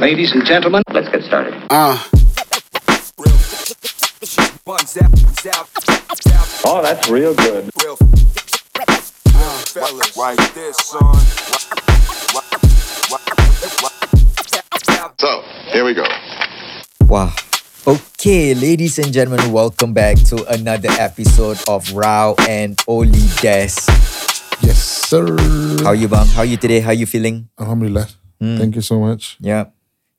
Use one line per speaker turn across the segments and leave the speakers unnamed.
Ladies and gentlemen, let's get started.
Uh,
Oh, that's real good.
Like this, son.
So, here we go.
Wow. Okay, ladies and gentlemen, welcome back to another episode of Rao and Oli Des.
yes, sir.
How you bang? How you today? How you feeling?
Alhamdulillah.
Hmm.
Thank you so much.
Yeah.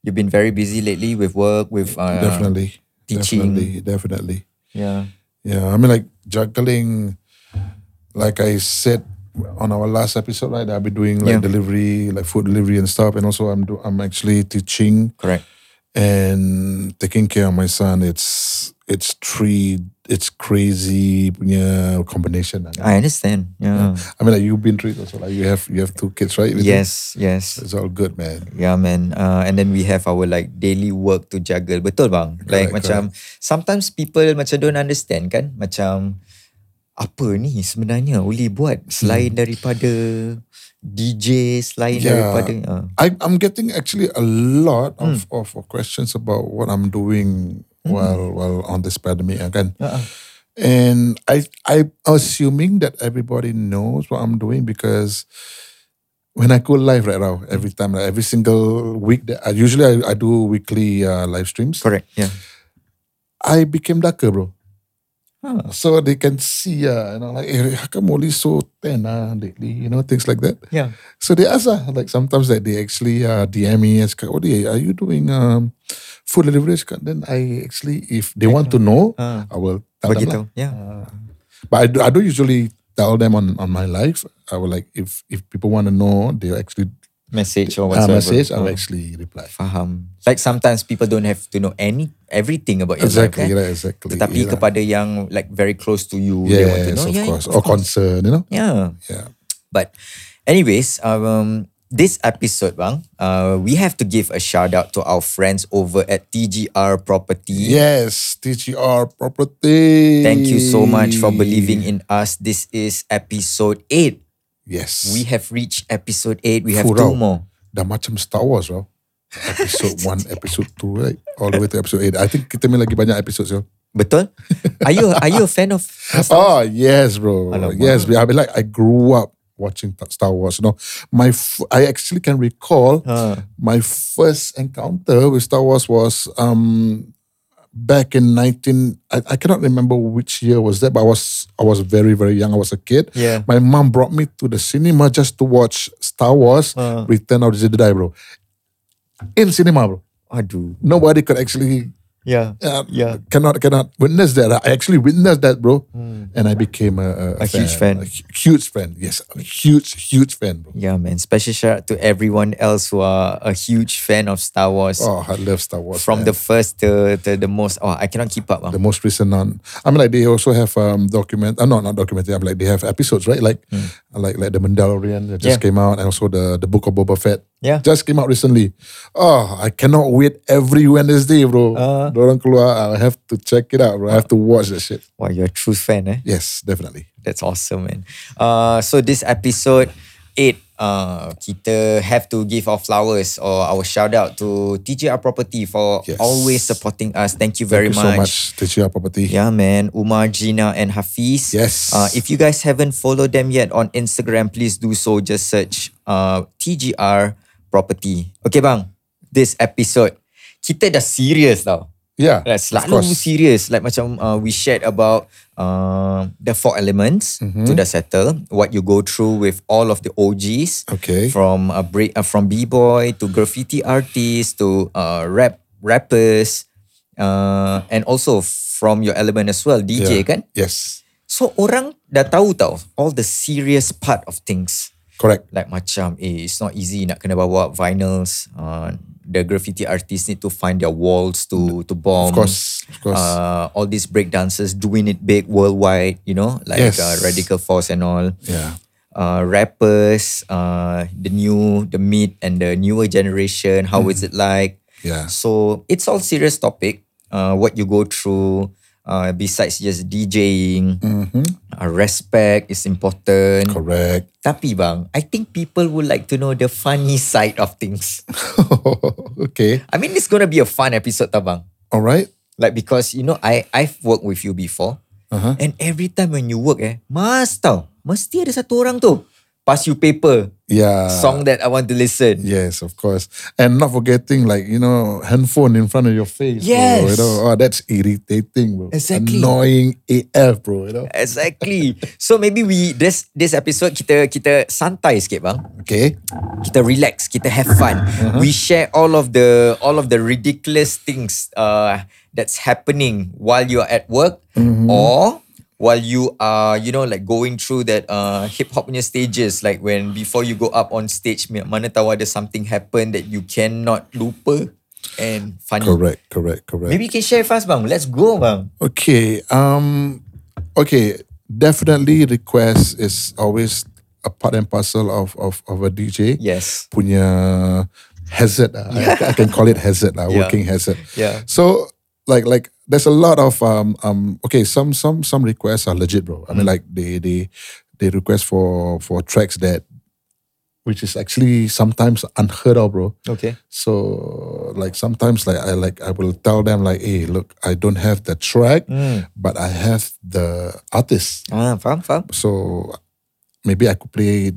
You've been very busy lately with work, with uh,
definitely.
teaching.
Definitely. Definitely.
Yeah.
Yeah. I mean, like juggling, like I said on our last episode, right? I've been doing like
Yeah.
delivery, like food delivery and stuff. And also, I'm do, I'm actually teaching
Correct.
and taking care of my son. It's it's three. It's crazy yeah, combination. I,
I understand. Yeah.
mean, like you've been treated also. Like you have you have two kids, right? with you?
Yes, yes.
It's all good, man.
Yeah man uh, And then we have our like Daily work to juggle Betul bang Like
Correct,
macam Sometimes people Macam don't understand kan Macam Apa ni sebenarnya Uli buat Selain
Hmm.
daripada DJ Selain
Yeah.
daripada uh,
I, I'm getting actually a lot of, of, of questions about what I'm doing while while on this pandemic again. And I I'm assuming that everybody knows what I'm doing because when I go live right now, every time, like every single week, that I, usually I, I do weekly uh, live streams.
Correct ya. yeah.
I became darker, bro.
Huh.
So they can see, uh, you know, like, eh, how come only so tan uh, lately? You know, things like that.
yeah
So they ask, uh, like sometimes that they actually uh, DM me and cakap, Odi, are you doing um, food delivery? Cakap, Then I actually, if they want to know,
Ah.
I will tell
Bagi
them.
tahu ya.
lah.
yeah.
But I, do, I don't usually tell them on, on my life. I will like, if if people want to know, they'll actually
Message or
uh,
whatsoever
message, I will
Ah,
actually reply.
Faham Like sometimes people don't have to know any Everything about your
Exactly,
life kan?
right, exactly.
Tetapi
yeah.
kepada yang Like very close to you They want to
Yes,
know
of
ya, Yeah,
course. Or concern, you know?
Yeah
Yeah.
But anyways, um, this episode bang, uh, we have to give a shout out to our friends over at TGR Property.
Yes, TGR property.
Thank you so much for believing in us. This is episode 8.
Yes.
We have reached episode 8. We have
Furau.
two more.
dah macam Star Wars bro. Episode 1, episode 2 right? All the way to episode 8. I think kita punya lagi banyak episode so.
Betul? Are you are you a fan of
Oh yes bro.
Alamak.
Yes, I mean like I grew up watching Ta- Star Wars. You know, my f- I actually can recall
Ha.
my first encounter with Star Wars was um back in 19 I, I cannot remember which year was that but I was I was very very young I was a kid
Yeah.
my mom brought me to the cinema just to watch Star Wars
Uh.
Return of the Jedi bro in cinema bro
Aduh.
nobody could actually
Yeah.
uh,
Yeah.
cannot cannot witness that. I actually witnessed that, bro, and I became a, a,
Hmm. A huge fan.
a hu- huge fan. Yes, a huge huge fan, bro.
Yeah man. Special shout out to everyone else who are a huge fan of Star Wars.
Oh, I love Star Wars.
From the first to, to the most. Oh, I cannot keep up. bang.
the most recent one, I mean, like they also have um document. Uh, no, not documentary. I'm like they have episodes, right? Like, uh, like like the Mandalorian that just came
Hmm. Yeah.
out, and also the the Book of Boba Fett.
Yeah.
just came out recently. Oh, I cannot wait every Wednesday, bro.
Uh.
Dorang keluar, I have to check it out, bro. I have to watch that shit.
Wow, you're a true fan, eh?
Yes, definitely.
That's awesome, man. Uh, so this episode eight, uh, kita have to give our flowers or our shout out to TGR Property for
Yes.
always supporting us. Thank you very
Thank you so much, Teacher Property.
Yeah, man. Umar, Gina, and Hafiz.
Yes.
Uh, if you guys haven't followed them yet on Instagram, please do so. Just search uh, TGR Property. Okay, bang. This episode, kita dah serious tau.
Yeah. of
Like, selalu
course.
serious. Like macam uh, we shared about uh, the four elements
Mm-hmm.
to the settle, what you go through with all of the OGs.
Okay.
From a break, uh, from b-boy to graffiti artists to uh, rap rappers, uh, and also from your element as well, DJ
Yeah.
kan.
Yes.
So orang dah tahu tau all the serious part of things.
Correct.
Like macam eh, it's not easy nak kena bawa vinyls. Uh, the graffiti artists need to find their walls to to bomb.
Of course. Of course.
Mm. Uh, all these breakdancers doing it big worldwide, you know, like
Yes.
uh, Radical Force and all.
yeah.
Uh, rappers, uh, the new, the mid, and the newer generation. How is it like?
Mm. Yeah.
So it's all serious topic. Uh, what you go through, uh, besides just DJing, uh, respect is important.
Mm-hmm. Correct.
Tapi bang, I think people would like to know the funny side of things.
okay.
I mean, it's gonna be a fun episode, tau bang.
All right.
Like because you know, I I've worked with you before,
Uh-huh.
and every time when you work, eh, mas tau, mesti ada satu orang tu pass you paper
Yeah.
song that I want to listen.
Yes, of course. And not forgetting, like, you know, handphone in front of your face. Bro, you
Yes.
know, oh, that's irritating, bro.
Exactly.
Annoying AF, bro. You know?
Exactly. so maybe we this this episode kita kita santai sikit bang.
Okay.
Kita relax, kita have fun. We share all of the all of the ridiculous things uh that's happening while you are at work or while you are you know like going through that uh hip hop punya stages like when before you go up on stage mana tahu ada something happen that you cannot lupa and funny.
Correct, correct, correct.
Maybe you can share fast bang. Let's go bang.
Okay. Um okay. Definitely request is always a part and parcel of of, of a DJ.
Yes.
Punya hazard. ah. I, I can call it hazard, lah,
Yeah.
working hazard.
Yeah.
So like like there's a lot of um um okay, some some some requests are legit, bro. I mean like they they they request for for tracks that which is actually sometimes unheard of, bro.
Okay.
So like sometimes like I like I will tell them like, hey, look, I don't have the track, but I have the artist.
Hmm. Ah, faham, faham.
So maybe I could play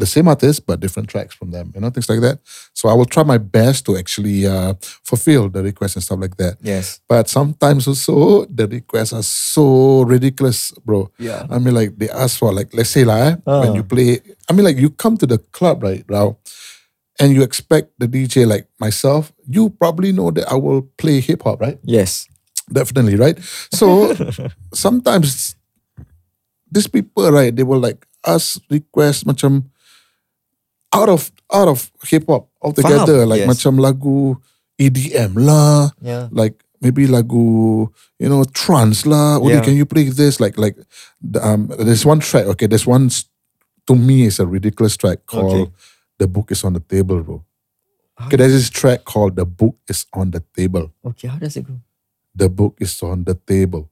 the same artist but different tracks from them, you know, things like that. So I will try my best to actually uh, fulfill the request and stuff like that.
Yes.
But sometimes also the requests are so ridiculous, bro.
Yeah.
I mean, like they ask for like let's say lah, eh, when you play. I mean, like you come to the club right now, and you expect the DJ like myself. You probably know that I will play hip hop, right?
Yes.
Definitely, right? So sometimes these people, right? They will like ask request macam out of out of hip hop altogether,
Oh, Faham,
like
yes.
macam lagu EDM lah
Yeah.
like maybe lagu you know trance lah Odi,
Yeah.
can you play this like like the, um there's one track okay there's one s- to me is a ridiculous track called the
Okay.
book is on the table bro okay
Ah.
there's this track called the book is on the table
Okay, how does it go?
the book is on the table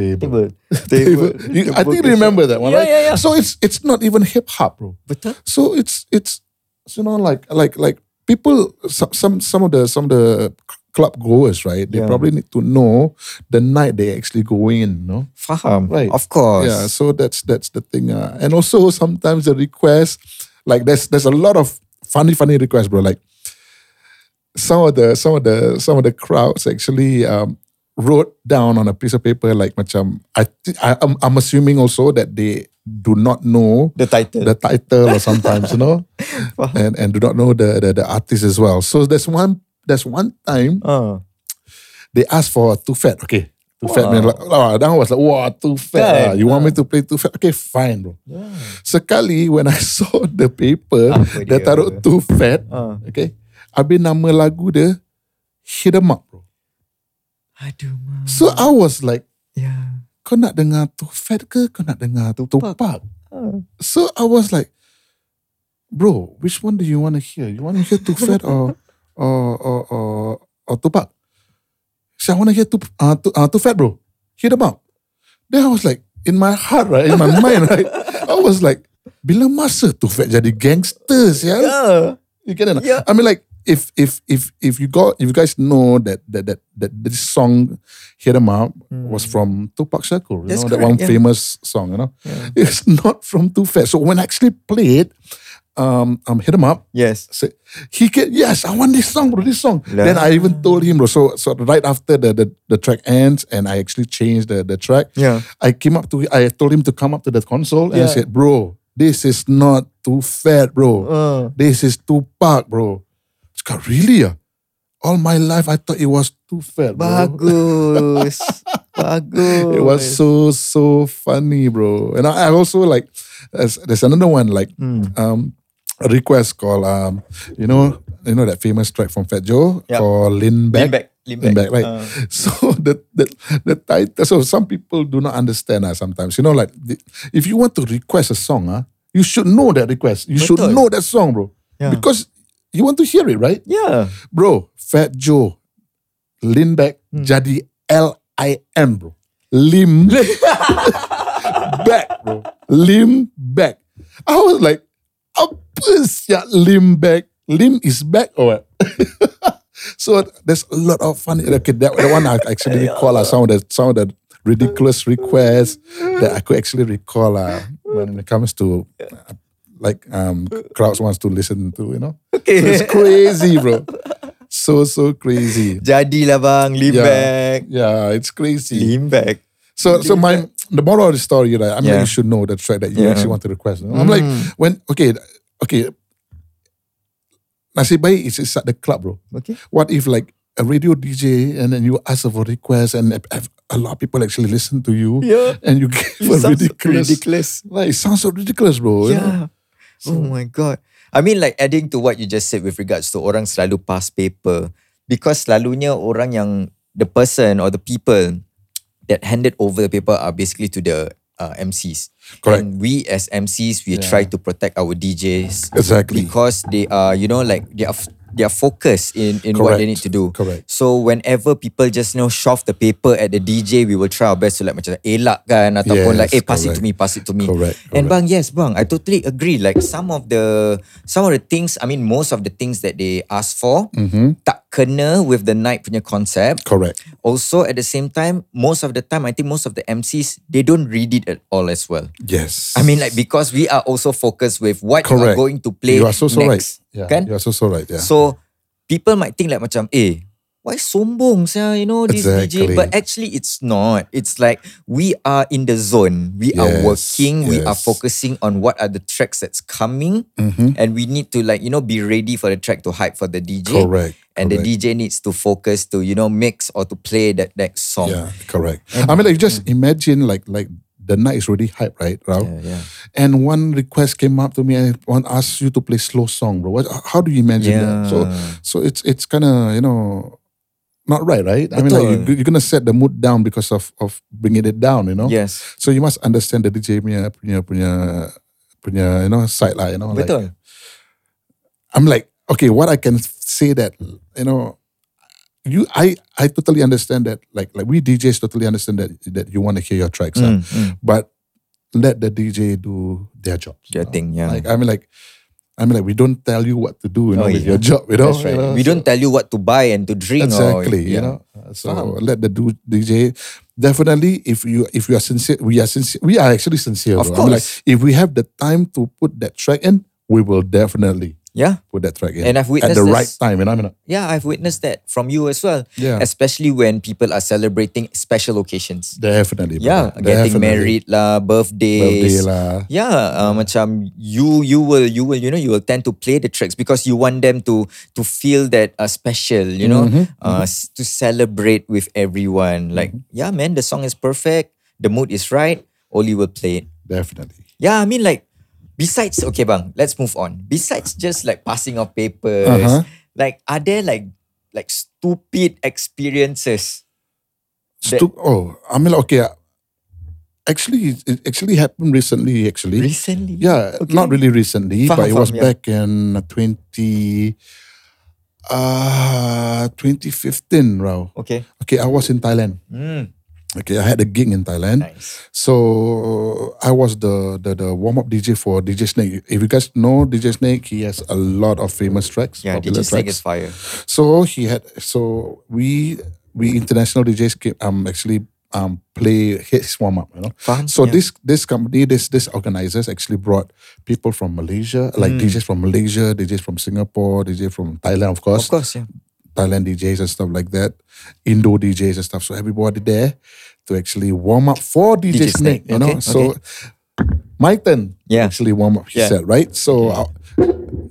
table
Table.
Table. You- I think you remember that one,
Yeah,
right?
yeah, yeah.
So it's it's not even hip hop, bro.
Betul?
So it's it's so, you know like like like people some some some of the some of the club goers right they
Yeah.
probably need to know the night they actually go in no
Faham.
Right.
Of course.
yeah so that's that's the thing uh. and also sometimes the request like there's there's a lot of funny funny requests bro like some of the some of the some of the crowds actually um wrote down on a piece of paper like macam I, thi- I I'm, I'm assuming also that they do not know
The title.
the title or sometimes you know
Faham.
and and do not know the, the the artist as well so there's one there's one time
Ah.
they asked for too fat okay too fat man like, oh, that one was like wow too fat
Kan?
ah. you want me to play too fat okay fine bro sekali when I saw the paper
Apa
dia
dia?
taruh too fat
Ah.
okay habis nama lagu dia hit 'em up bro
Aduh, Ya. ma.
so I was like
Yeah.
kau nak dengar too fat ke kau nak dengar
Tupac.
Tupac
Ah.
So I was like, bro, which one do you want to hear? You want to hear Too Fat or or or or, or Tupac? So I want to hear Tup- uh, Too, uh, Too Fat, bro. Hit them up. Then I was like, in my heart, right, in my mind, right, I was like, bila masa Too Fat jadi gangsters, yeah?
Yeah.
You get it? or not?
Yeah.
I mean, like if if if if you got if you guys know that that that, that this song "Hit 'Em Up" was from Tupac Shakur, you
Hmm. That's
know that one
correct, yeah.
famous song. You know, it's not from Too Fast. So when I actually played, um, um, "Hit 'Em Up."
Yes.
Say, he can yes, I want this song, bro. This song.
Lah.
Then I even told him, bro. So, so right after the, the, the track ends, and I actually changed the, the track.
Yeah.
I came up to, I told him to come up to the console, and I
Yeah.
said, bro, this is not too fat, bro.
Ah.
This is Tupac, bro. This guy, really? ah? All my life, I thought it was too fat, bro.
Bagus. Bagus.
It was so so funny, bro. And I, I also like there's, there's another one like
Hmm.
um a request called um you know you know that famous track from Fat Joe
Yeah.
called Lean Back.
Lean back. Lean back.
Lean Back, right? So the, the the title. So some people do not understand uh, sometimes. You know, like the, if you want to request a song, uh, you should know that request. You should
Betul.
know that song, bro,
Yeah.
because you want to hear it, right?
Yeah.
Bro, Fat Joe, Lindbeck, jadi L I M, bro. limb back, bro. Limb back. I was like, apa sia limb back? Limb is back or what? so there's a lot of fun. Okay, that, that one I actually recall lah. some of the some of the ridiculous requests that I could actually recall lah when it comes to uh, like um crowds wants to listen to, you know. So
Okay.
it's crazy, bro. So so crazy.
Jadilah bang, lean
Yeah.
back.
Yeah, it's crazy.
Lean back.
So, so my the moral of the story, right? I mean,
Yeah.
you should know the track that you
Yeah. Mm.
actually want to request. I'm like, when okay, okay, nasib baik it's inside the club, bro.
Okay.
What if like a radio DJ and then you ask for request and if- if a lot of people actually listen to you,
Yeah.
and you give
It
a
sounds
ridiculous,
ridiculous.
like it sounds so ridiculous, bro. you know?
Yeah. oh my god. I mean like adding to what you just said with regards to orang selalu pass paper because selalunya orang yang the person or the people that handed over the paper are basically to the uh, MCs.
Correct.
And we as MCs we try to protect our DJs
Exactly.
because they are you know like they are f- they are focused in in what they
Correct.
need to do.
Correct.
So whenever people just you know shove the paper at the DJ, we will try our best to like macam elak kan ataupun
Yes,
like eh pass it to
correct.
me, pass it to me.
Correct,
And
correct.
bang yes bang, I totally agree. Like some of the some of the things, I mean most of the things that they ask for tak kena with the night punya concept.
Mm-hmm. Correct.
Also at the same time, most of the time I think most of the MCs they don't read it at all as well.
Yes.
I mean like because we are also focused with what you
Correct.
are going to play
you are so so right.
next.
Yeah.
Kan?
You are so so right. Yeah.
So people might think like macam eh why sombong sia you know this
Exactly.
DJ but actually it's not. It's like we are in the zone. We are
Yes,
working, we are
yes. Mm-hmm.
focusing on what are the tracks that's coming and we need to like you know be ready for the track to hype for the DJ.
Correct, correct.
And the DJ needs to focus to you know mix or to play that next song.
Yeah, correct. I mean, like just imagine like like the night is already hype, right, Rao?
Yeah, yeah.
And one request came up to me and one asked you to play slow song, bro. What, how do you imagine that? So
Yeah.
so it's it's kind of you know not right, right? I mean, like
Betul.
you, you're gonna set the mood down because of of bringing it down, you know.
Yes.
So you must understand the DJ punya punya punya punya you know side lah, you know. like-
Betul.
I'm like, okay, what I can say that you know, you I I totally understand that. Like like we DJs totally understand that that you want to hear your tracks, ah.
Mm, mm.
but let the DJ do their job.
Their thing, yeah.
Like I mean, like I mean, like we don't tell you what to do. You know,
Oh,
with
yeah.
your job. You know,
That's right.
you know,
we
so-
don't tell you what to buy and to drink. or-
exactly. You
yeah.
know, so let the do, DJ. Definitely, if you if you are sincere, we are sincere. We are actually sincere.
Of
bro. I mean, like,
course.
if we have the time to put that track in, we will definitely
Yeah.
put that track in.
And I've
at the
witnessed
right
this-
time. You know, I mean,
Yeah, I've witnessed that from you as well.
Yeah.
Especially when people are celebrating special occasions.
Definitely.
yeah,
brother.
getting
Definitely.
married lah,
Birthday
birthdays.
lah.
Yeah, uh, macam you you will you will you know you will tend to play the tracks because you want them to to feel that uh, special, you know,
Mm-hmm,
uh, s- to celebrate with everyone. Like, yeah, man, the song is perfect, the mood is right, Oli will play it.
Definitely.
Yeah, I mean like besides okay bang, let's move on. Besides just like passing of papers,
Uh-huh.
like are there like like stupid experiences? That-
Stu- oh, I mean, okay. uh, Actually, it- it actually happened recently. Actually,
Recently?
Yeah,
Okay.
not really recently,
Faham,
but it was
faham, yeah.
back in uh, twenty, uh, twenty fifteen. Rao.
Okay.
Okay, I was in Thailand.
Mm,
Okay, I had a gig in Thailand.
nice.
So I was the the, the warm up DJ for DJ Snake. If you guys know DJ Snake, he has a lot of famous tracks.
Yeah,
popular
DJ Snake
tracks.
is fire.
So he had so we we international DJs came, um actually um play his warm up, you know.
Faham,
So
yeah.
this this company, this this organizers actually brought people from Malaysia,
Mm.
like DJs from Malaysia, DJs from Singapore, DJs from Thailand, of course.
Of course, yeah.
Thailand DJs and stuff like that, Indo DJs and stuff. So everybody there to actually warm up for DJ, Snake,
DJ Snake,
you know.
okay,
so
okay.
my turn
Yeah.
actually warm up, he
Yeah.
said, right? So I-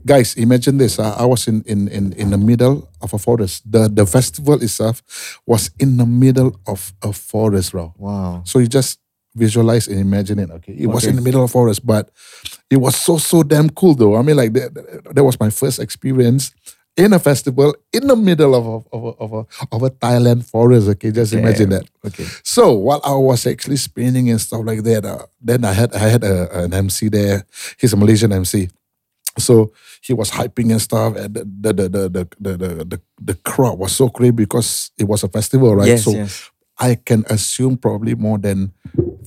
guys, imagine this. uh, I, I was in, in in in the middle of a forest. The the festival itself was in the middle of a forest, bro.
Wow.
So you just visualize and imagine it. Okay, it was
Okay.
in the middle of forest, but it was so so damn cool though. I mean, like that, that- that was my first experience in a festival in the middle of a, of a, of a, of a Thailand forest. Okay, just imagine that.
Okay.
So while I was actually spinning and stuff like that, uh, then I had I had a, an MC there. He's a Malaysian MC. So he was hyping and stuff, and the the the the the the, the, the crowd was so crazy because it was a festival, right?
Yes,
so
yes.
I can assume probably more than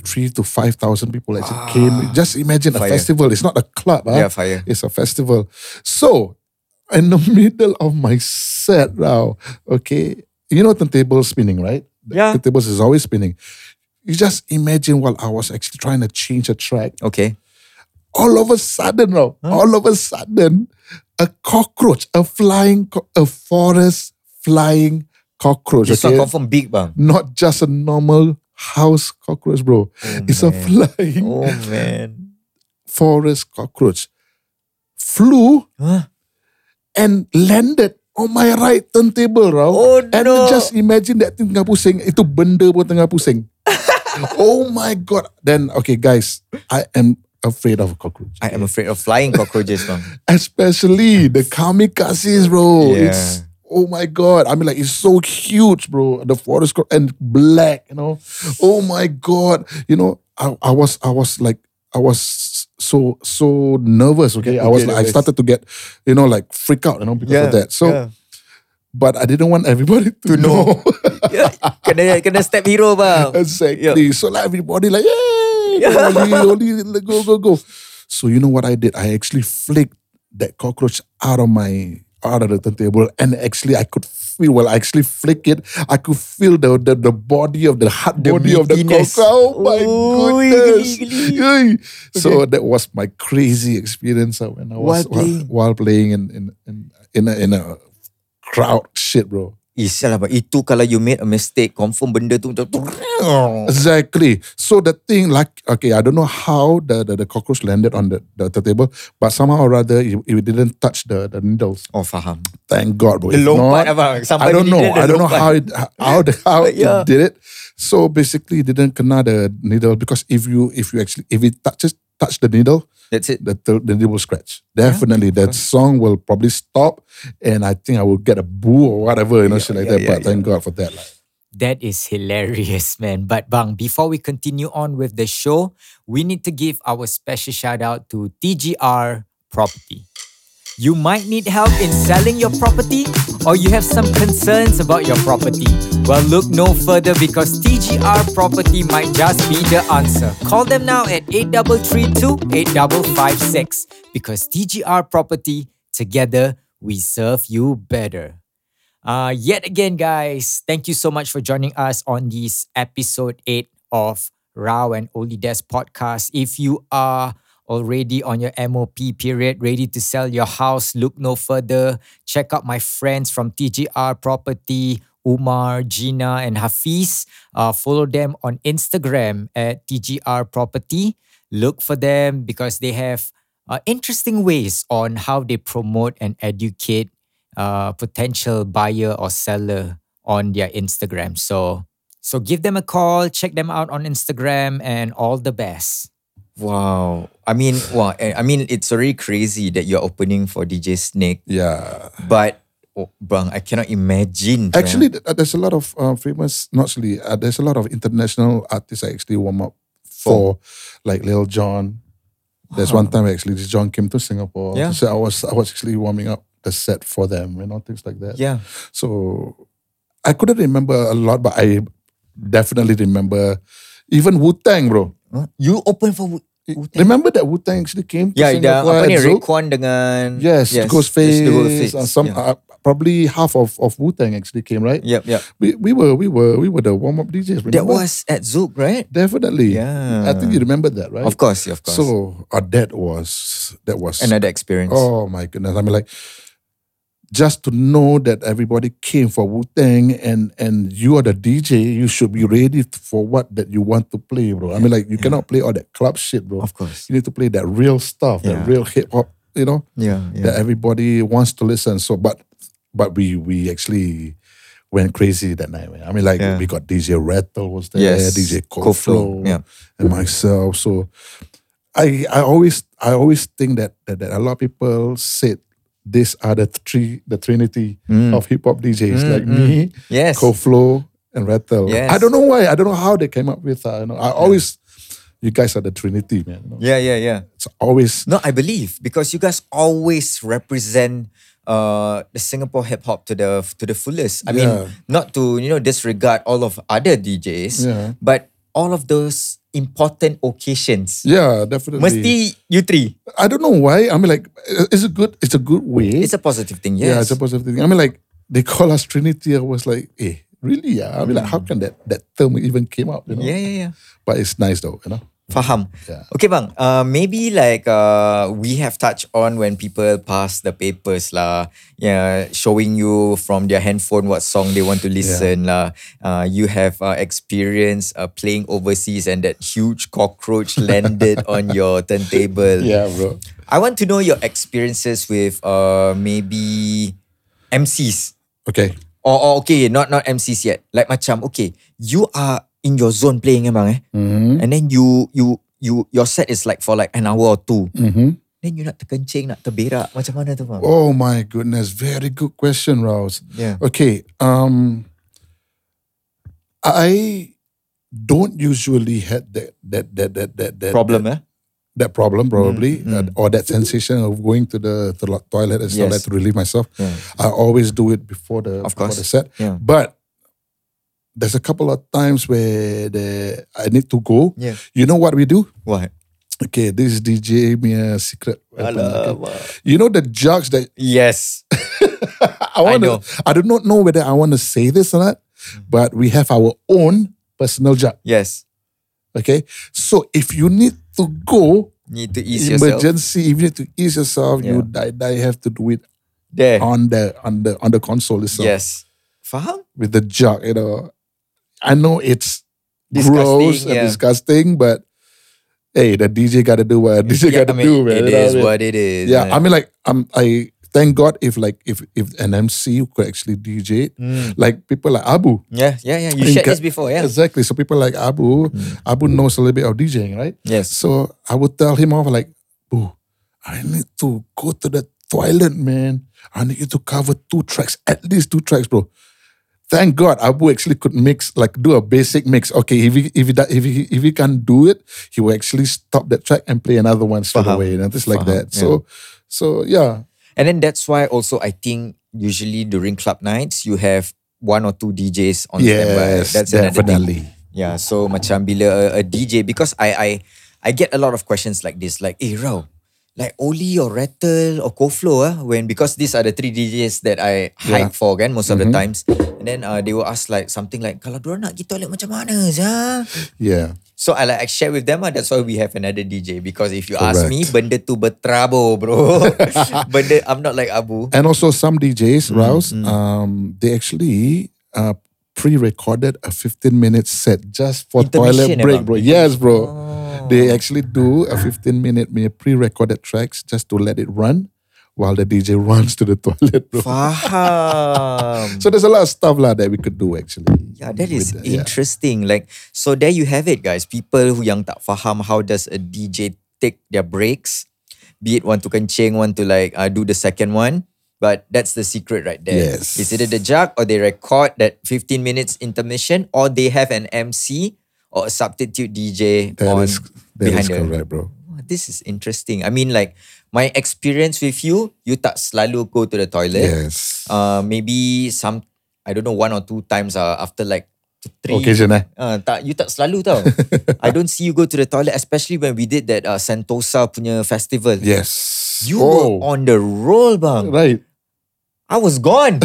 three to five thousand people actually came. Just imagine a
Ah. Fire.
festival. It's not a club. ah.
Yeah, fire.
It's a festival. So in the middle of my set now, okay, you know the table spinning, right?
Yeah.
The tables is always spinning. You just imagine while I was actually trying to change a track,
Okay.
all of a sudden, Rob, all of a sudden, a cockroach, a flying, co- a forest flying cockroach.
It's
okay?
not confirm big bang.
Not just a normal house cockroach, bro. it's a flying
Oh man.
forest cockroach. Flew
Huh?
and landed on my right turntable, Rao.
Oh,
and
no.
just imagine that thing tengah pusing. Itu benda pun tengah pusing. oh my God. Then, okay guys, I am afraid of a cockroach.
I am afraid of flying cockroaches, bang.
Especially the kamikazes, bro.
Yeah.
It's oh my god. I mean, like it's so huge, bro. The forest cro- and black, you know. Oh my god. You know, I, I was I was like I was so so nervous. Okay, I was
Okay,
like, I
nervous.
started to get you know like freak out, you know, because of that. So,
yeah.
but I didn't want everybody to, know.
yeah. kena kena step hero bang.
Exactly. So like everybody like, yay, Oli, Oli, go, go, go. So you know what I did? I actually flicked that cockroach out of my out of the turntable and actually I could feel well I actually flick it I could feel the the, the body of the hard
The
body of the
meatiness.
cockroach oh my
Ooh,
goodness
geli, geli.
Yay. so that was my crazy experience uh, when I was
While playing.
while playing in in in, in, a, in a crowd shit bro
Isialah lah, bang. Itu kalau you made a mistake, confirm benda tu macam.
Exactly. So the thing, like, okay, I don't know how the, the, the cockroach landed on the, the, the table, but somehow or other, it, it didn't touch the, the needles.
Oh faham.
Thank God. Bro.
The
If
lompat
not,
abang. Somebody
I don't know.
needed the
I don't know
lompat.
how it how the, how
Yeah.
it did it. So basically, it didn't kena the needle because if you if you actually if it touches touch the needle,
That's it.
the the needle will scratch. Definitely, that song will probably stop, and I think I will get a boo or whatever you know shit like
yeah,
that.
yeah,
but thank God for that. Like.
That is hilarious, man. But Bang, before we continue on with the show, we need to give our special shout out to TGR Property. You might need help in selling your property or you have some concerns about your property. Well, look no further because TGR Property might just be the answer. Call them now at 8332-8556 because TGR Property, together we serve you better. Uh, yet again, guys, thank you so much for joining us on this episode 8 of Rao and Oli Des podcast. If you are already on your MOP period, ready to sell your house, look no further. Check out my friends from TGR Property, Umar, Gina, and Hafiz. Uh, follow them on Instagram at TGR Property. Look for them because they have uh, interesting ways on how they promote and educate uh, potential buyer or seller on their Instagram. So, so give them a call, check them out on Instagram, and all the best.
Wow. I mean, wow. I I mean, it's already crazy that you're opening for DJ Snake,
Yeah.
but oh, bang, I cannot imagine. bang.
Actually, th- uh, there's a lot of uh, famous, not actually, uh, there's a lot of international artists I actually warm up for, like Lil Jon. There's one time actually, this John came to Singapore.
Yeah.
So I was I was actually warming up the set for them, you know, things like that.
yeah.
So I couldn't remember a lot, but I definitely remember even Wu Tang, bro.
Huh? You open for Wu- Wu-Tang?
Remember that Wu Tang actually came to
Yeah, the,
Singapore?
apa ni
and Zouk?
Raekwon dengan
Yes,
yes, the
Ghostface.
Ghostface.
and Some
yeah.
uh, probably half of of Wu Tang actually came, right?
yep, yep.
We, we were we were we were the warm up DJs. Remember?
That was at Zook, right?
definitely.
Yeah.
I think you remember that, right?
Of course, yeah, of course.
So uh, that was that was.
another experience.
oh my goodness! I mean, like just to know that everybody came for Wu Tang and and you are the DJ, you should be ready for what that you want to play, bro. I mean, like you cannot play all that club shit, bro.
Of course.
you need to play that real stuff, that
Yeah.
real hip hop. You know
Yeah,
that
yeah.
everybody wants to listen. So, but but we we actually went crazy that night. man. I mean, like
Yeah.
we got DJ Rattle was there,
Yes,
DJ
Koflo,
Koflo,
yeah.
and myself. So, I I always I always think that that, that a lot of people said these are the three the trinity of hip hop DJs like me,
Hmm. Yes.
Koflo, and Rattle.
Yes.
I don't know why. I don't know how they came up with. Uh, you know, I always. You guys are the Trinity, man. you know.
yeah, yeah, yeah.
It's always
No, I believe because you guys always represent uh, the Singapore hip hop to the to the fullest.
Yeah.
I mean, not to you know disregard all of other DJs,
Yeah.
but all of those important occasions.
Yeah, definitely.
Mesti you three.
I don't know why. I mean, like, it's a good, it's a good way.
It's a positive thing. Yes.
Yeah, it's a positive thing. I mean, like they call us Trinity. I was like, eh, really? Yeah. I mean, like, how can that that term even came out? You know.
Hmm. Yeah, yeah, yeah.
But it's nice though, you know.
Faham.
Yeah.
Okay bang, uh, maybe like uh, we have touched on when people pass the papers lah, yeah, showing you from their handphone what song they want to listen lah. Uh, you have uh, experience uh, playing overseas and that huge cockroach landed on your turntable.
bro.
I want to know your experiences with uh, maybe MCs.
Okay.
Or, or okay, not not MCs yet. Like macam okay, you are in your zone playing emang eh.
Mm-hmm.
And then you you you your set is like for like an hour or two.
Mm-hmm.
Then you nak terkencing, nak terberak. Macam mana tu bang?
Oh my goodness, very good question, Rouse.
Yeah.
Okay. Um, I don't usually had that that that that that that
Problem eh?
that problem probably
Mm,
uh, or that sensation of going to the, to the toilet and stuff
Yes.
like to relieve myself
Yeah.
i always do it before the
Of
before
course.
the set
Yeah.
but there's a couple of times where the i need to go
Yeah.
you know what we do
What?
okay this is dj mere secret weapon, okay?
Alamak.
you know the jugs that
Yes.
i want
know. Mm.
to i do not know whether i want to say this or not but we have our own personal jug
Yes.
okay so if you need to go
Need to ease yourself.
emergency if you need to ease yourself you
Yeah.
die die have to do it
There.
on the on the on the console itself
Yes. Faham?
with the jug you know i know it's
Disgusting,
gross and
yeah.
disgusting but hey the dj gotta do what a dj
Yeah,
gotta
I mean,
do man
It
you know
is
what I mean?
what it is.
yeah
man.
i mean like i'm i thank god if like if if an mc could actually dj it.
Mm.
like people like abu
Yeah, yeah, yeah. You
In
shared
Ka-
this before, yeah. Mm.
Exactly. So people like Abu, Abu knows a little bit of DJing, right?
Yes.
So I would tell him off like, Boo, I need to go to the toilet, man. I need you to cover two tracks, at least two tracks, bro. Thank God Abu actually could mix, like do a basic mix. Okay, if he if he do- if he, if he can't do it, he will actually stop that track and play another one straight
Faham.
away. And things like
Faham,
that. So so yeah.
And then that's why also I think usually during club nights you have one or two DJs on standby.
Yes,
That's another thing.
definitely.
Yeah, so macam bila a, a DJ because I I I get a lot of questions like this like eh Rao, like Oli or Rattle or Koflo ah when because these are the three DJs that I hype for kan most of the
Mm-hmm.
times and then uh, they will ask like something like kalau diorang nak pergi toilet macam mana sah?
Yeah.
So I like I share with them ah that's why we have another DJ because if you ask
Correct.
me benda tu berterabur bro. benda I'm not like Abu.
And also some DJs,
Mm-hmm,
Rouse, um, they actually uh, pre-recorded a 15-minute set just for toilet
Intermission, eh, Oh.
break,
bang?
bro. Yes, bro. They actually do a 15-minute mere pre-recorded tracks just to let it run while the DJ runs to the toilet, bro.
Faham.
So there's a lot of stuff lah that we could do actually.
Yeah, that is
with the- yeah.
interesting. Like, so there you have it, guys. People who yang tak faham how does a DJ take their breaks, be it one to kencing, one to like uh, do the second one. But that's the secret right there.
Yes.
It's either the jug or they record that 15 minutes intermission or they have an MC or a substitute DJ
That
on
is that
behind
is
the-
correct, bro.
Wah, This is interesting. I mean like my experience with you, you tak selalu go to the toilet
Yes.
uh, maybe some I don't know one or two times uh, after like th- three
Occasion eh?
Uh, tak, you tak selalu tau. I don't see you go to the toilet, especially when we did that uh, Sentosa punya festival.
Yes.
You
oh,
were on the roll, bang.
right.
I was gone.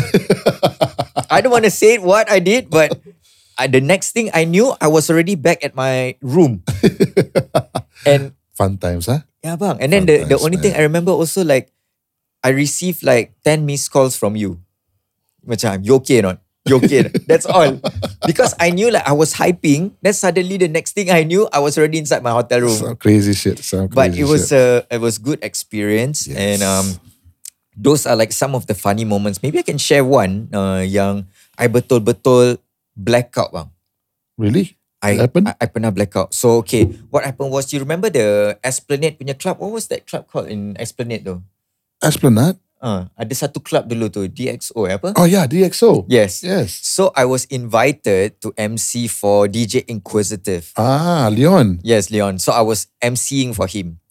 I don't want to say what I did, but I, the next thing I knew, I was already back at my room. and
Fun times, huh?
yeah, bang. And then the, the
Sometimes,
only thing I remember also like I received like 10 missed calls from you. Macam, you okay or not? You okay? or not?" That's all. Because I knew like I was hyping. Then suddenly the next thing I knew, I was already inside my hotel room.
Some crazy shit. Some crazy
but it was
shit.
a it was good experience. And um those are like some of the funny moments. Maybe I can share one uh, yang I betul-betul blackout bang.
really
I,
What happened?
I, I pernah blackout. So okay, what happened was you remember the Esplanade punya club? What was that club called in Esplanade tu?
Esplanade.
Ah, ada satu club dulu tu, DXO eh, apa?
Oh yeah, DXO.
Yes.
Yes.
So I was invited to MC for DJ Inquisitive.
Ah, Leon.
Yes, Leon. So I was MCing for him.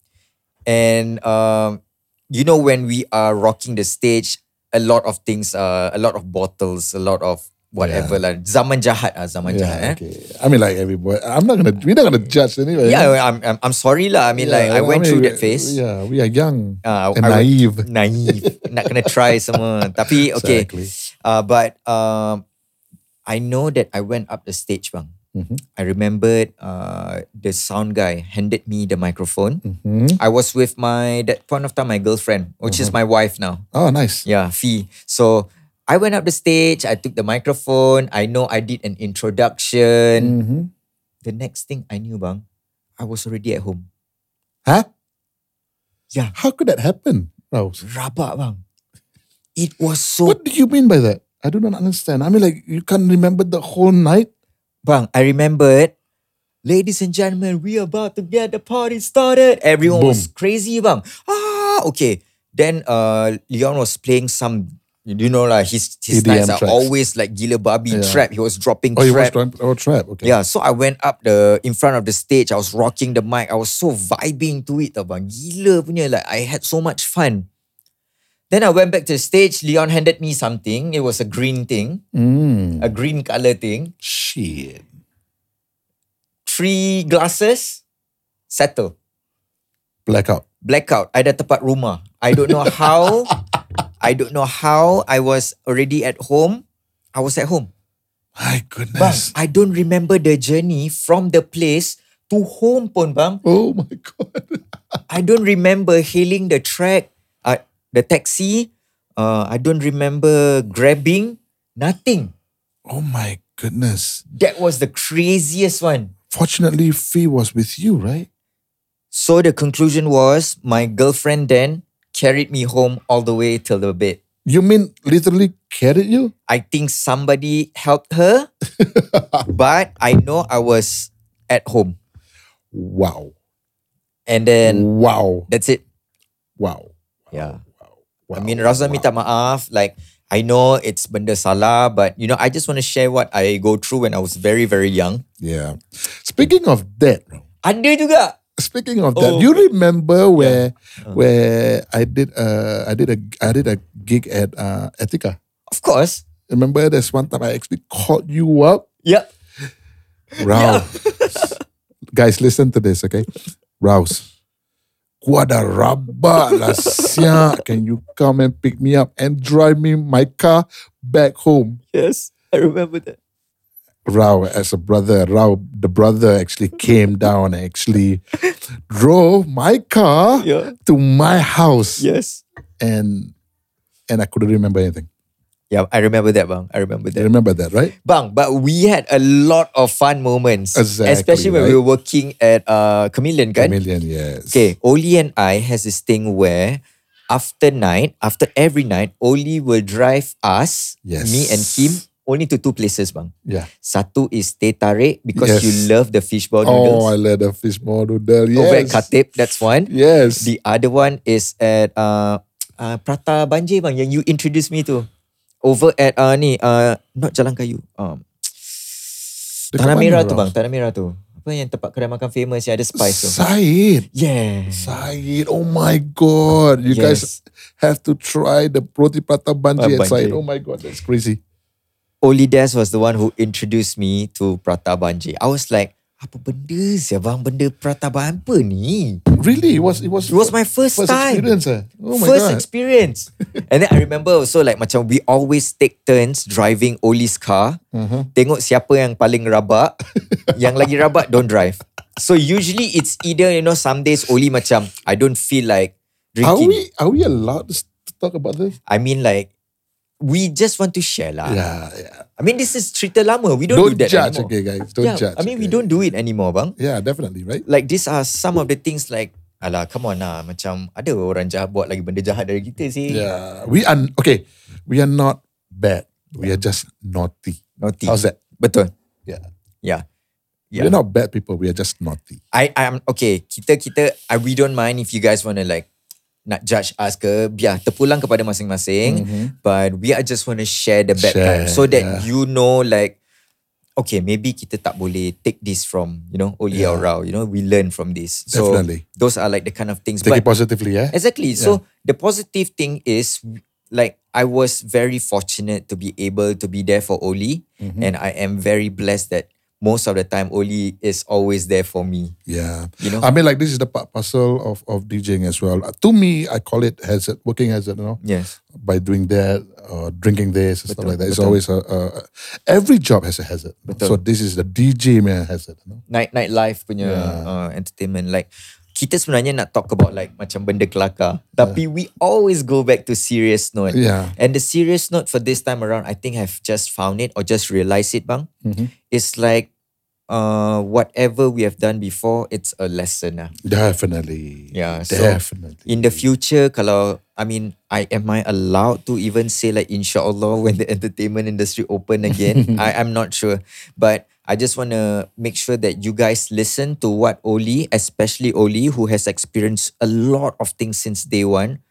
And um, you know when we are rocking the stage, a lot of things, uh, a lot of bottles, a lot of whatever lah. Zaman jahat ah, zaman
Yeah,
jahat. eh.
okay. I mean, like everybody. I'm not gonna. We're not gonna judge anyway.
Yeah, I'm, I'm, I'm sorry lah. I mean, like, I went
mean,
through
we-
that phase.
Yeah, we are young
Ah,
and
I went-
naive.
naive. Nak kena try semua. Tapi okay.
Exactly.
Uh, but um, I know that I went up the stage bang.
Mhm.
I remembered uh, the sound guy handed me the microphone.
Hmm?
I was with my that point of time my girlfriend, which is my wife now.
Oh, nice.
Yeah, Fee. So I went up the stage. I took the microphone. I know I did an introduction.
Mm-hmm.
The next thing I knew, bang, I was already at home.
Huh?
Yeah.
How could that happen, Raus?
Rabak, bang. It was so
What do you mean by that? I do not understand. I mean, like you can't remember the whole night.
Bang, I remembered. Ladies and gentlemen, we about to get the party started. Everyone
Boom.
was crazy, bang. Ah, okay. Then uh, Leon was playing some, you know lah. His his
EDM
nights are
tracks.
always like Gila Babi
Yeah.
trap. He was dropping
Oh, you was
trap.
trying. Oh, trap. Okay.
yeah, so I went up the in front of the stage. I was rocking the mic. I was so vibing to it, tau, bang. Gila punya, like I had so much fun. Then I went back to the stage. Leon handed me something. It was a green thing,
Mm.
a green color thing.
Shit.
three glasses, settle.
Blackout.
Blackout. I dah tepat rumah. I don't know how. I don't know how I was already at home. I was at home.
My
Bang,
goodness.
I don't remember the journey from the place to home pun bang.
Oh my god.
I don't remember hailing the track, uh, the taxi. Uh, I don't remember grabbing. Nothing.
Oh my goodness.
That was the craziest one.
Fortunately, Fee was with you, right?
So the conclusion was my girlfriend then carried me home all the way till the bed.
You mean literally carried you?
I think somebody helped her, but I know I was at home.
Wow.
And then
wow.
that's it.
Wow.
Yeah.
Wow.
I mean, Razan minta maaf. Like, I know it's benda salah, but you know, I just want to share what I go through when I was very, very young.
Yeah. Speaking of that,
Ada juga.
speaking of that,
Oh. Uh-huh.
do you remember where where I did uh I did a I did a gig at uh Etika?
Of course.
Remember there's one time I actually called you up?
Yep.
Rouse. Guys, listen to this, okay? Rouse. Kuada rabak lah siak. Can you come and pick me up and drive me my car back home?
Yes. I remember that.
Rao as a brother, Rao the brother actually came down and actually drove my car
Yeah.
to my house.
Yes.
And and I couldn't remember anything.
Yeah, I remember that, bang. I remember
You
that.
remember that, right?
Bang, but we had a lot of fun moments.
Exactly,
Especially when we
right?
were working at uh, Chameleon, kan?
Chameleon, yes.
Okay, Oli and I has this thing where after night, after every night, Oli will drive us,
Yes.
me and him, only to two places, bang.
Yeah.
Satu is Teh Tarik because
Yes.
you love the fishball
Oh, I
noodles.
love the fishball noodle. Yes.
Over at Oh, Khatib, that's one.
Yes.
The other one is at uh, uh, Prata Banjir, bang, yang you introduced me to. Over at uh, ni, uh, not Jalan Kayu. Um,
Dekat
Tanah
mana,
Merah tu
Ralph?
bang, Tanah Merah tu. Apa yang tempat kedai makan famous yang ada spice tu.
Said.
Yeah.
Said. Oh my god. You guys have to try the Proti Prata Banji
Uh,
at Said.
Banji.
Oh my god, that's crazy.
Oli Des was the one who introduced me to Prata Banjir. I was like, apa benda sih bang? Benda Prata Banjir apa ni?
Really? It was it was
It was my first,
first
time.
experience. Eh? Oh my
first
god.
experience. And then I remember also like macam we always take turns driving Oli's car.
Mm-hmm.
Tengok siapa yang paling rabak. yang lagi rabak don't drive. So usually it's either you know some days Oli macam I don't feel like
Are
drinking.
we are we allowed to s- to talk about this?
I mean like we just want to share lah.
Yeah, yeah.
I mean this is cerita lama. We Uh, don't,
Don't,
do that
judge,
anymore.
okay, guys. Don't
yeah,
judge.
I mean, we
okay?
don't do it anymore, bang.
Yeah, definitely, right?
Like, these are some of the things like, alah, come on lah. Macam, ada orang jahat buat lagi benda jahat dari kita sih.
Yeah, we are okay. We are not bad. We are just naughty.
Naughty.
How's that?
Betul.
Yeah.
Yeah.
We're
Yeah.
not bad people. We are just naughty.
I, I'm, okay, kita, kita, I, we don't mind if you guys want to like, nak judge us ke, biar terpulang kepada masing-masing. But we are just want to share the bad
Mm-hmm. Share,
time so that
yeah.
you know like, okay, maybe kita tak boleh take this from, you know, Oli
Yeah.
or Rao. You know, we learn from this. So,
Definitely.
those are like the kind of things.
Take
but
it positively, yeah.
Exactly. So the positive thing is like I was very fortunate to be able to be there for Oli,
Mm-hmm.
and I am very blessed that most of the time Oli is always there for me.
Yeah.
You know?
I mean, like this is the part parcel of, of DJing as well. Uh, To me, I call it hazard, working hazard, you know,
Yes.
by doing that or drinking this and stuff
Betul,
like that. It's
betul.
always a, a, every job has a hazard.
Betul.
So this is the DJ man hazard. You know?
night night life punya uh, entertainment like kita sebenarnya nak talk about like macam benda kelakar tapi we always go back to serious note
Yeah.
and the serious note for this time around I think I've just found it or just realized it bang it's like uh whatever we have done before it's a lesson ah. lah
Definitely.
Yeah, so
Definitely.
in the future kalau I mean I am I allowed to even say like inshallah when the entertainment industry open again I am not sure but I just want to make sure that you guys listen to what Oli especially Oli who has experienced a lot of things since day one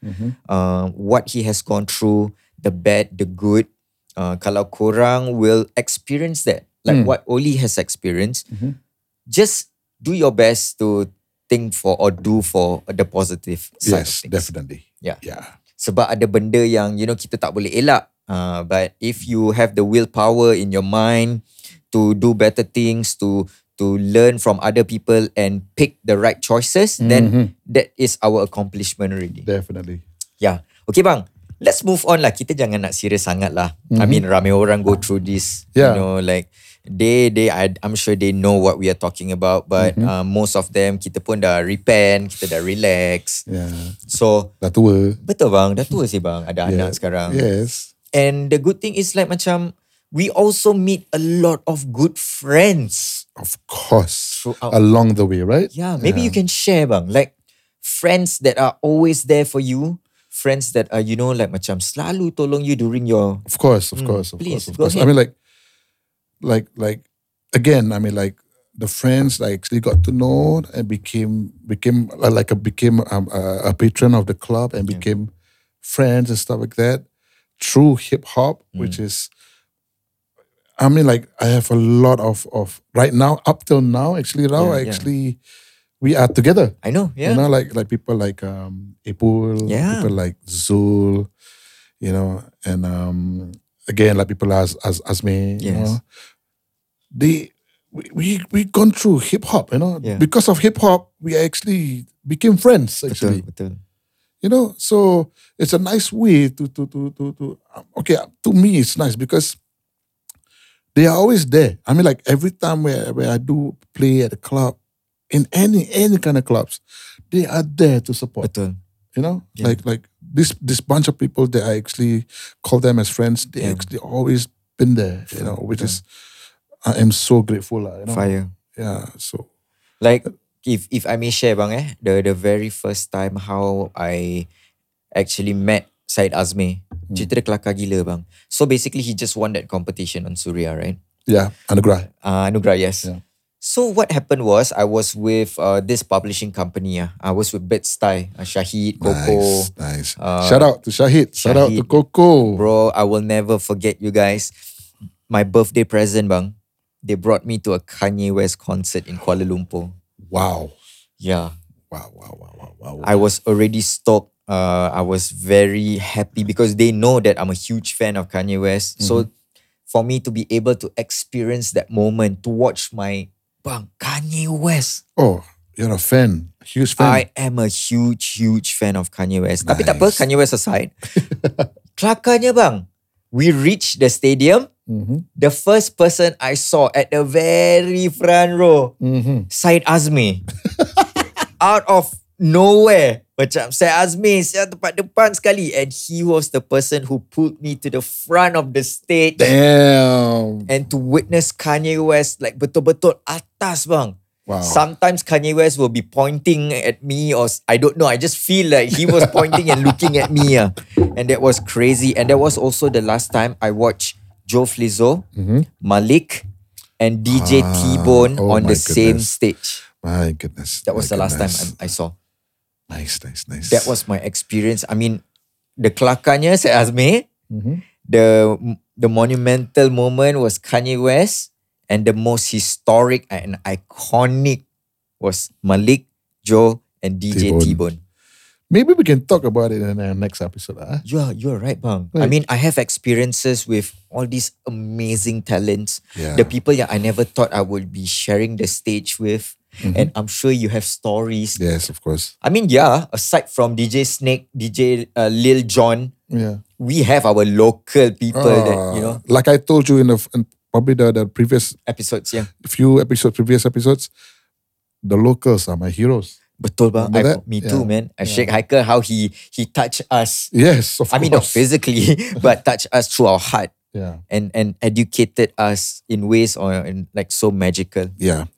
uh, what he has gone through the bad the good uh, kalau korang will experience that like
Hmm.
what Oli has experienced
Mm-hmm.
just do your best to think for or do for the positive side
yes,
of things.
definitely.
Yeah.
Yeah.
Sebab ada benda yang you know kita tak boleh elak. Uh, but if you have the willpower in your mind to do better things, to to learn from other people and pick the right choices, then
Mm-hmm.
that is our accomplishment already.
Definitely.
Yeah. Ya. Okay bang, let's move on lah. Kita jangan nak serious sangat lah. I mean ramai orang go through this.
Yeah.
You know like they they I, I'm sure they know what we are talking about but uh, most of them kita pun dah repent, kita dah relax.
Yeah.
So
Dah tua.
betul bang, dah tua sih bang, ada anak sekarang.
Yes.
And the good thing is like macam we also meet a lot of good friends.
Of course.
Throughout.
Along the way, right?
Yeah, maybe you can share bang. Like friends that are always there for you, friends that are you know like macam selalu tolong you during your
Of course, of course, of
Mm, please,
course, of
go
course. I
ahead.
mean, like, like, like, again, I mean, like, the friends I actually got to know and became became uh, like a became um, a, a patron of the club and became friends and stuff like that through hip hop,
Mm.
which is. I mean, like I have a lot of of right now up till now actually now
Yeah,
I
yeah.
actually we are together.
I know, yeah.
You know, like like people like um Epul,
Yeah.
people like Zul, you know, and um again like people as as Asme, you
Yes.
know. They we we we gone through hip hop, you know.
Yeah.
Because of hip hop, we actually became friends actually.
betul.
You know, so it's a nice way to to to to to um, okay, uh, to me it's nice because they are always there. I mean, like every time where, where I do play at a club, in any any kind of clubs, they are there to support.
Betul.
You know, like like this this bunch of people that I actually call them as friends, they actually always been there. You know, which is I am so grateful. lah, You know?
Fire.
Yeah. So
Like if if I may share bang eh, the the very first time how I actually met Syed Azmi.
Hmm.
Cerita dia kelakar gila bang. So basically he just won that competition on Suria, right?
yeah, undergrad.
Uh, Anugrah, yes.
Yeah.
So what happened was I was with uh, this publishing company. ah. I was with Betstai, uh, Shahid, Coco.
Nice, nice.
uh,
shout out to Shahid. Shout out to
Shahid.
Coco.
Bro, I will never forget you guys. My birthday present bang. They brought me to a Kanye West concert in Kuala Lumpur.
Wow.
Yeah.
Wow, wow, wow, wow, wow. wow.
I was already stoked. Uh, I was very happy because they know that I'm a huge fan of Kanye West. So for me to be able to experience that moment, to watch my bang Kanye West.
oh, you're a fan. Huge fan.
I am a huge, huge fan of Kanye West. Tapi tak apa,
Nice.
Kanye West aside. kelakarnya bang, we reached the stadium.
Mm-hmm,
The first person I saw at the very front row,
mm-hmm.
Syed Azmi. Out of nowhere. Macam Syed Azmi, saya tempat depan sekali. And he was the person who pulled me to the front of the stage.
Damn.
And to witness Kanye West like betul-betul atas bang.
Wow.
Sometimes Kanye West will be pointing at me or s- I don't know. I just feel like he was pointing and looking at me. ah. And that was crazy. And that was also the last time I watched Joe Flizzo, Malik, and DJ T-Bone
Mm-hmm. oh
on
my
the same
goodness.
stage.
My goodness.
That
my
was the last time
goodness.
I, I saw.
Nice, nice, nice.
That was my experience. I mean, the kelakarnya Syed Azmi, the the monumental moment was Kanye West, and the most historic and iconic was Malik, Joe, and DJ
T-Bone.
T-Bone.
Maybe we can talk about it in our next episode. Ah,
You are you are right, Bang. I
Right.
mean, I have experiences with all these amazing talents.
Yeah.
The people that I never thought I would be sharing the stage with. And I'm sure you have stories.
Yes, of course.
I mean, yeah, aside from DJ Snake, DJ uh, Lil Jon,
Yeah.
we have our local people that,
Ah,
you know,
Like I told you in the f- in probably the, the previous
episodes, yeah.
few episodes, previous episodes, the locals are my heroes.
Betul bang.
Remember
I,
that?
me too,
Yeah.
man. I Sheikh Hiker, how he he touched us.
Yes, of course.
I mean, not physically, but touched us through our heart
Yeah.
and and educated us in ways or in like so magical.
Yeah.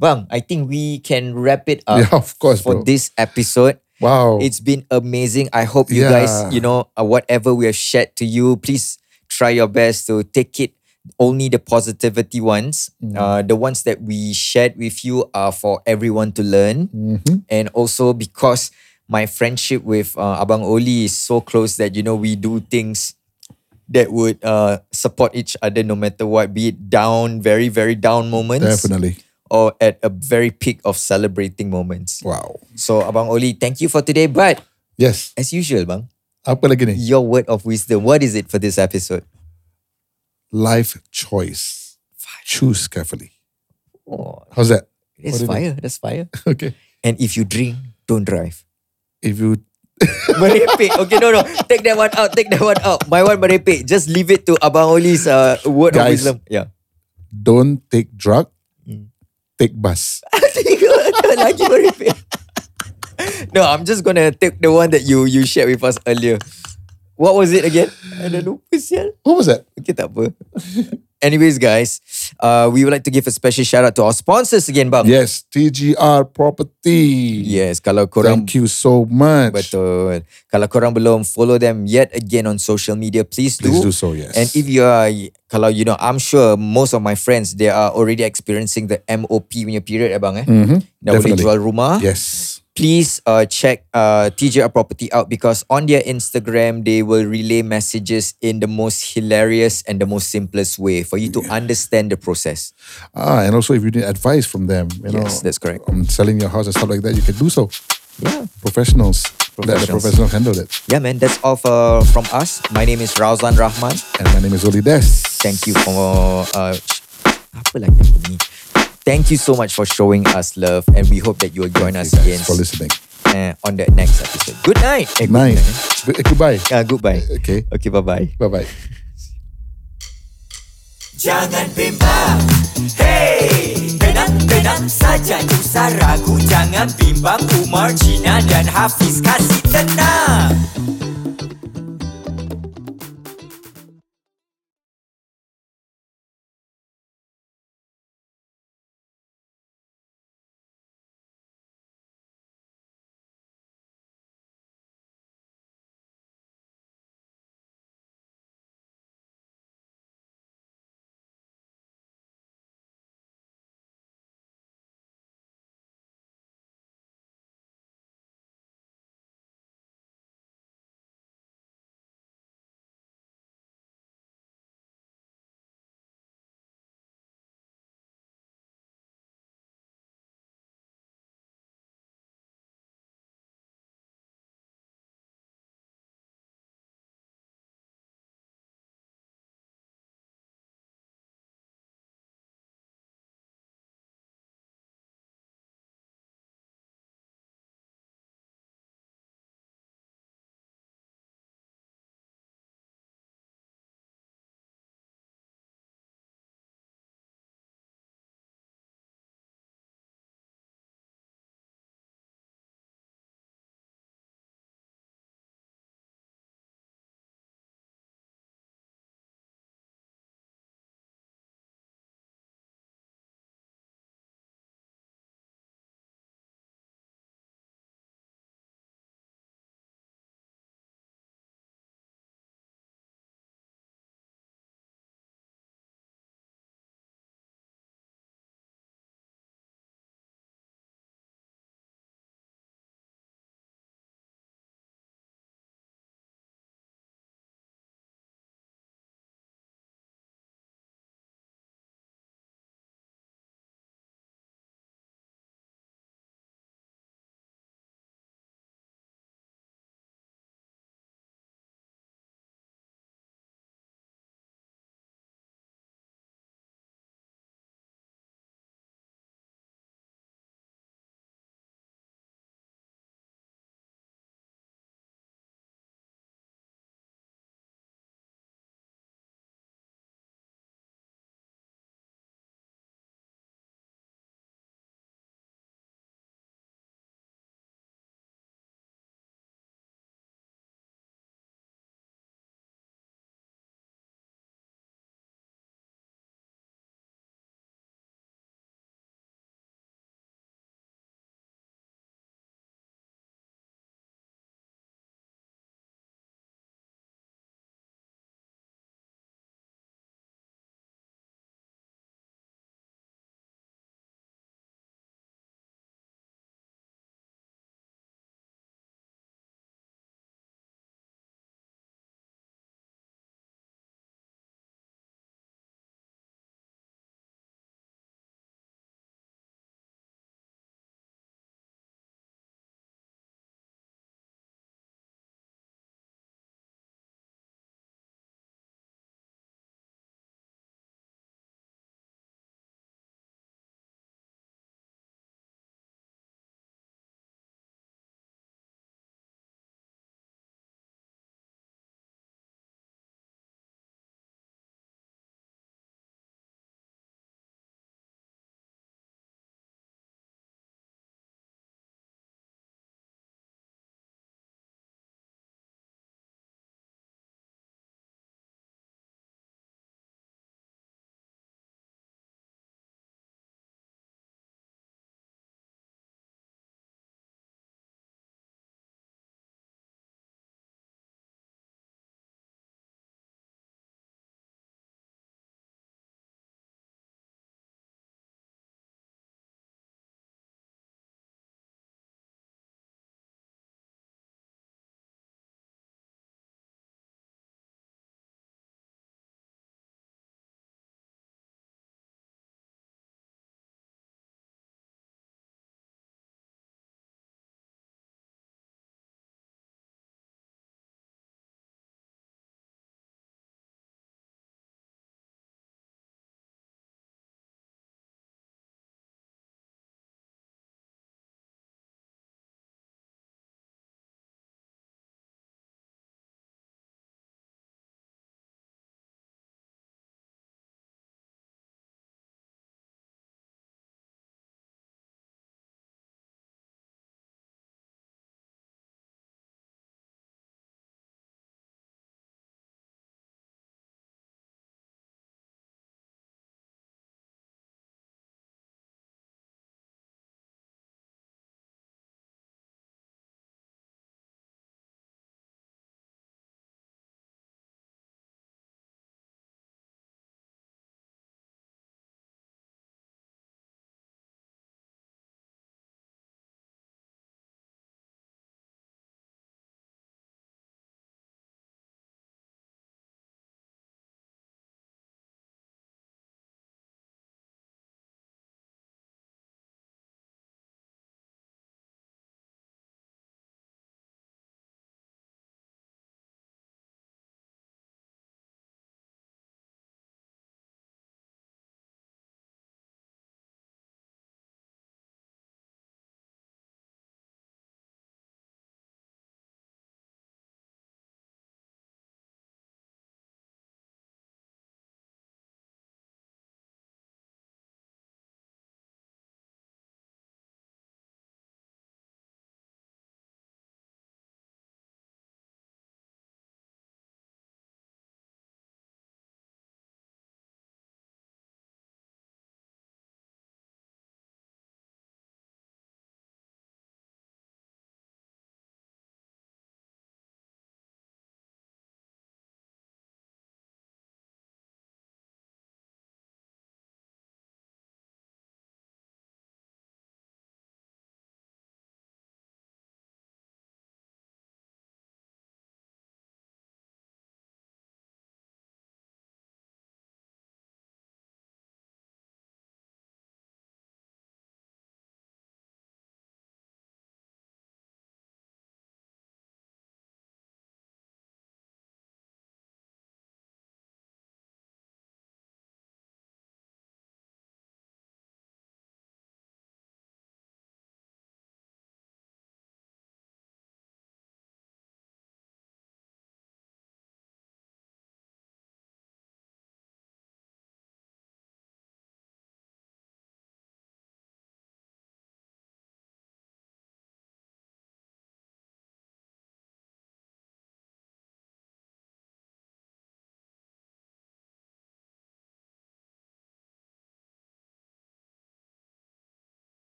Bang, I think we can wrap it up
yeah, of course,
for
bro.
this episode.
wow.
It's been amazing. I hope you guys,
Oh. Yeah.
you know, uh, whatever we have shared to you, please try your best to take it only the positivity ones.
Mm-hmm.
Uh, the ones that we shared with you are for everyone to learn.
Mm-hmm.
And also because my friendship with uh, Abang Oli is so close that, you know, we do things that would uh, support each other no matter what, be it down, very, very down moments.
Definitely.
Or at a very peak of celebrating moments.
Wow.
So Abang Oli, thank you for today. But
Yes.
as usual, Bang,
Apa lagi ni?
your word of wisdom, what is it for this episode?
Life choice. Choose carefully.
Oh,
How's that? What do
that's
you
fire. That's fire.
Okay.
And if you drink, don't drive.
If you
Merepek. Okay, no, no. Take that one out. Take that one out. My one merepek. Just leave it to Abang Oli's uh, word of
Guys.
wisdom. Yeah.
don't take drug,
Mm.
take bus.
Lagi merepek. No, I'm just gonna take the one that you you shared with us earlier. What was it again? I dah lupa sial.
What was that?
Okay, tak apa. Anyways, guys, uh, we would like to give a special shout out to our sponsors again, Bang.
Yes, TGR Property.
Yes, kalau korang
Thank you so much.
betul. Kalau korang belum follow them yet again on social media, please do.
Please do so, yes.
And if you are, kalau you know, I'm sure most of my friends they are already experiencing the MOP punya period, abang eh. Mm-hmm. Dah boleh
definitely.
jual rumah.
yes.
please uh, check uh, TJR Property out because on their Instagram, they will relay messages in the most hilarious and the most simplest way for you to understand the process.
Ah, and also if you need advice from them, you know,
Yes, that's correct.
on selling your house and stuff like that, you can do so.
Yeah.
Professionals. Let the
Professionals.
professional handle it.
Yeah, man, that's all for, from us. My name is Rauzan Rahman.
And my name is Oli Des.
Thank you for. Uh, sh- apa lagi aku ni? Thank you so much for showing us love, and we hope that you will join us again
guys for listening.
uh, on the next episode. Good night. Eh, good
Nice.
night,
Good- Goodbye.
eh. Uh, goodbye.
Okay.
Okay, bye bye.
Bye bye.
Jangan bimbang Hey Tenang-tenang saja Usah ragu Jangan bimbang Umar, Cina dan Hafiz Kasih tenang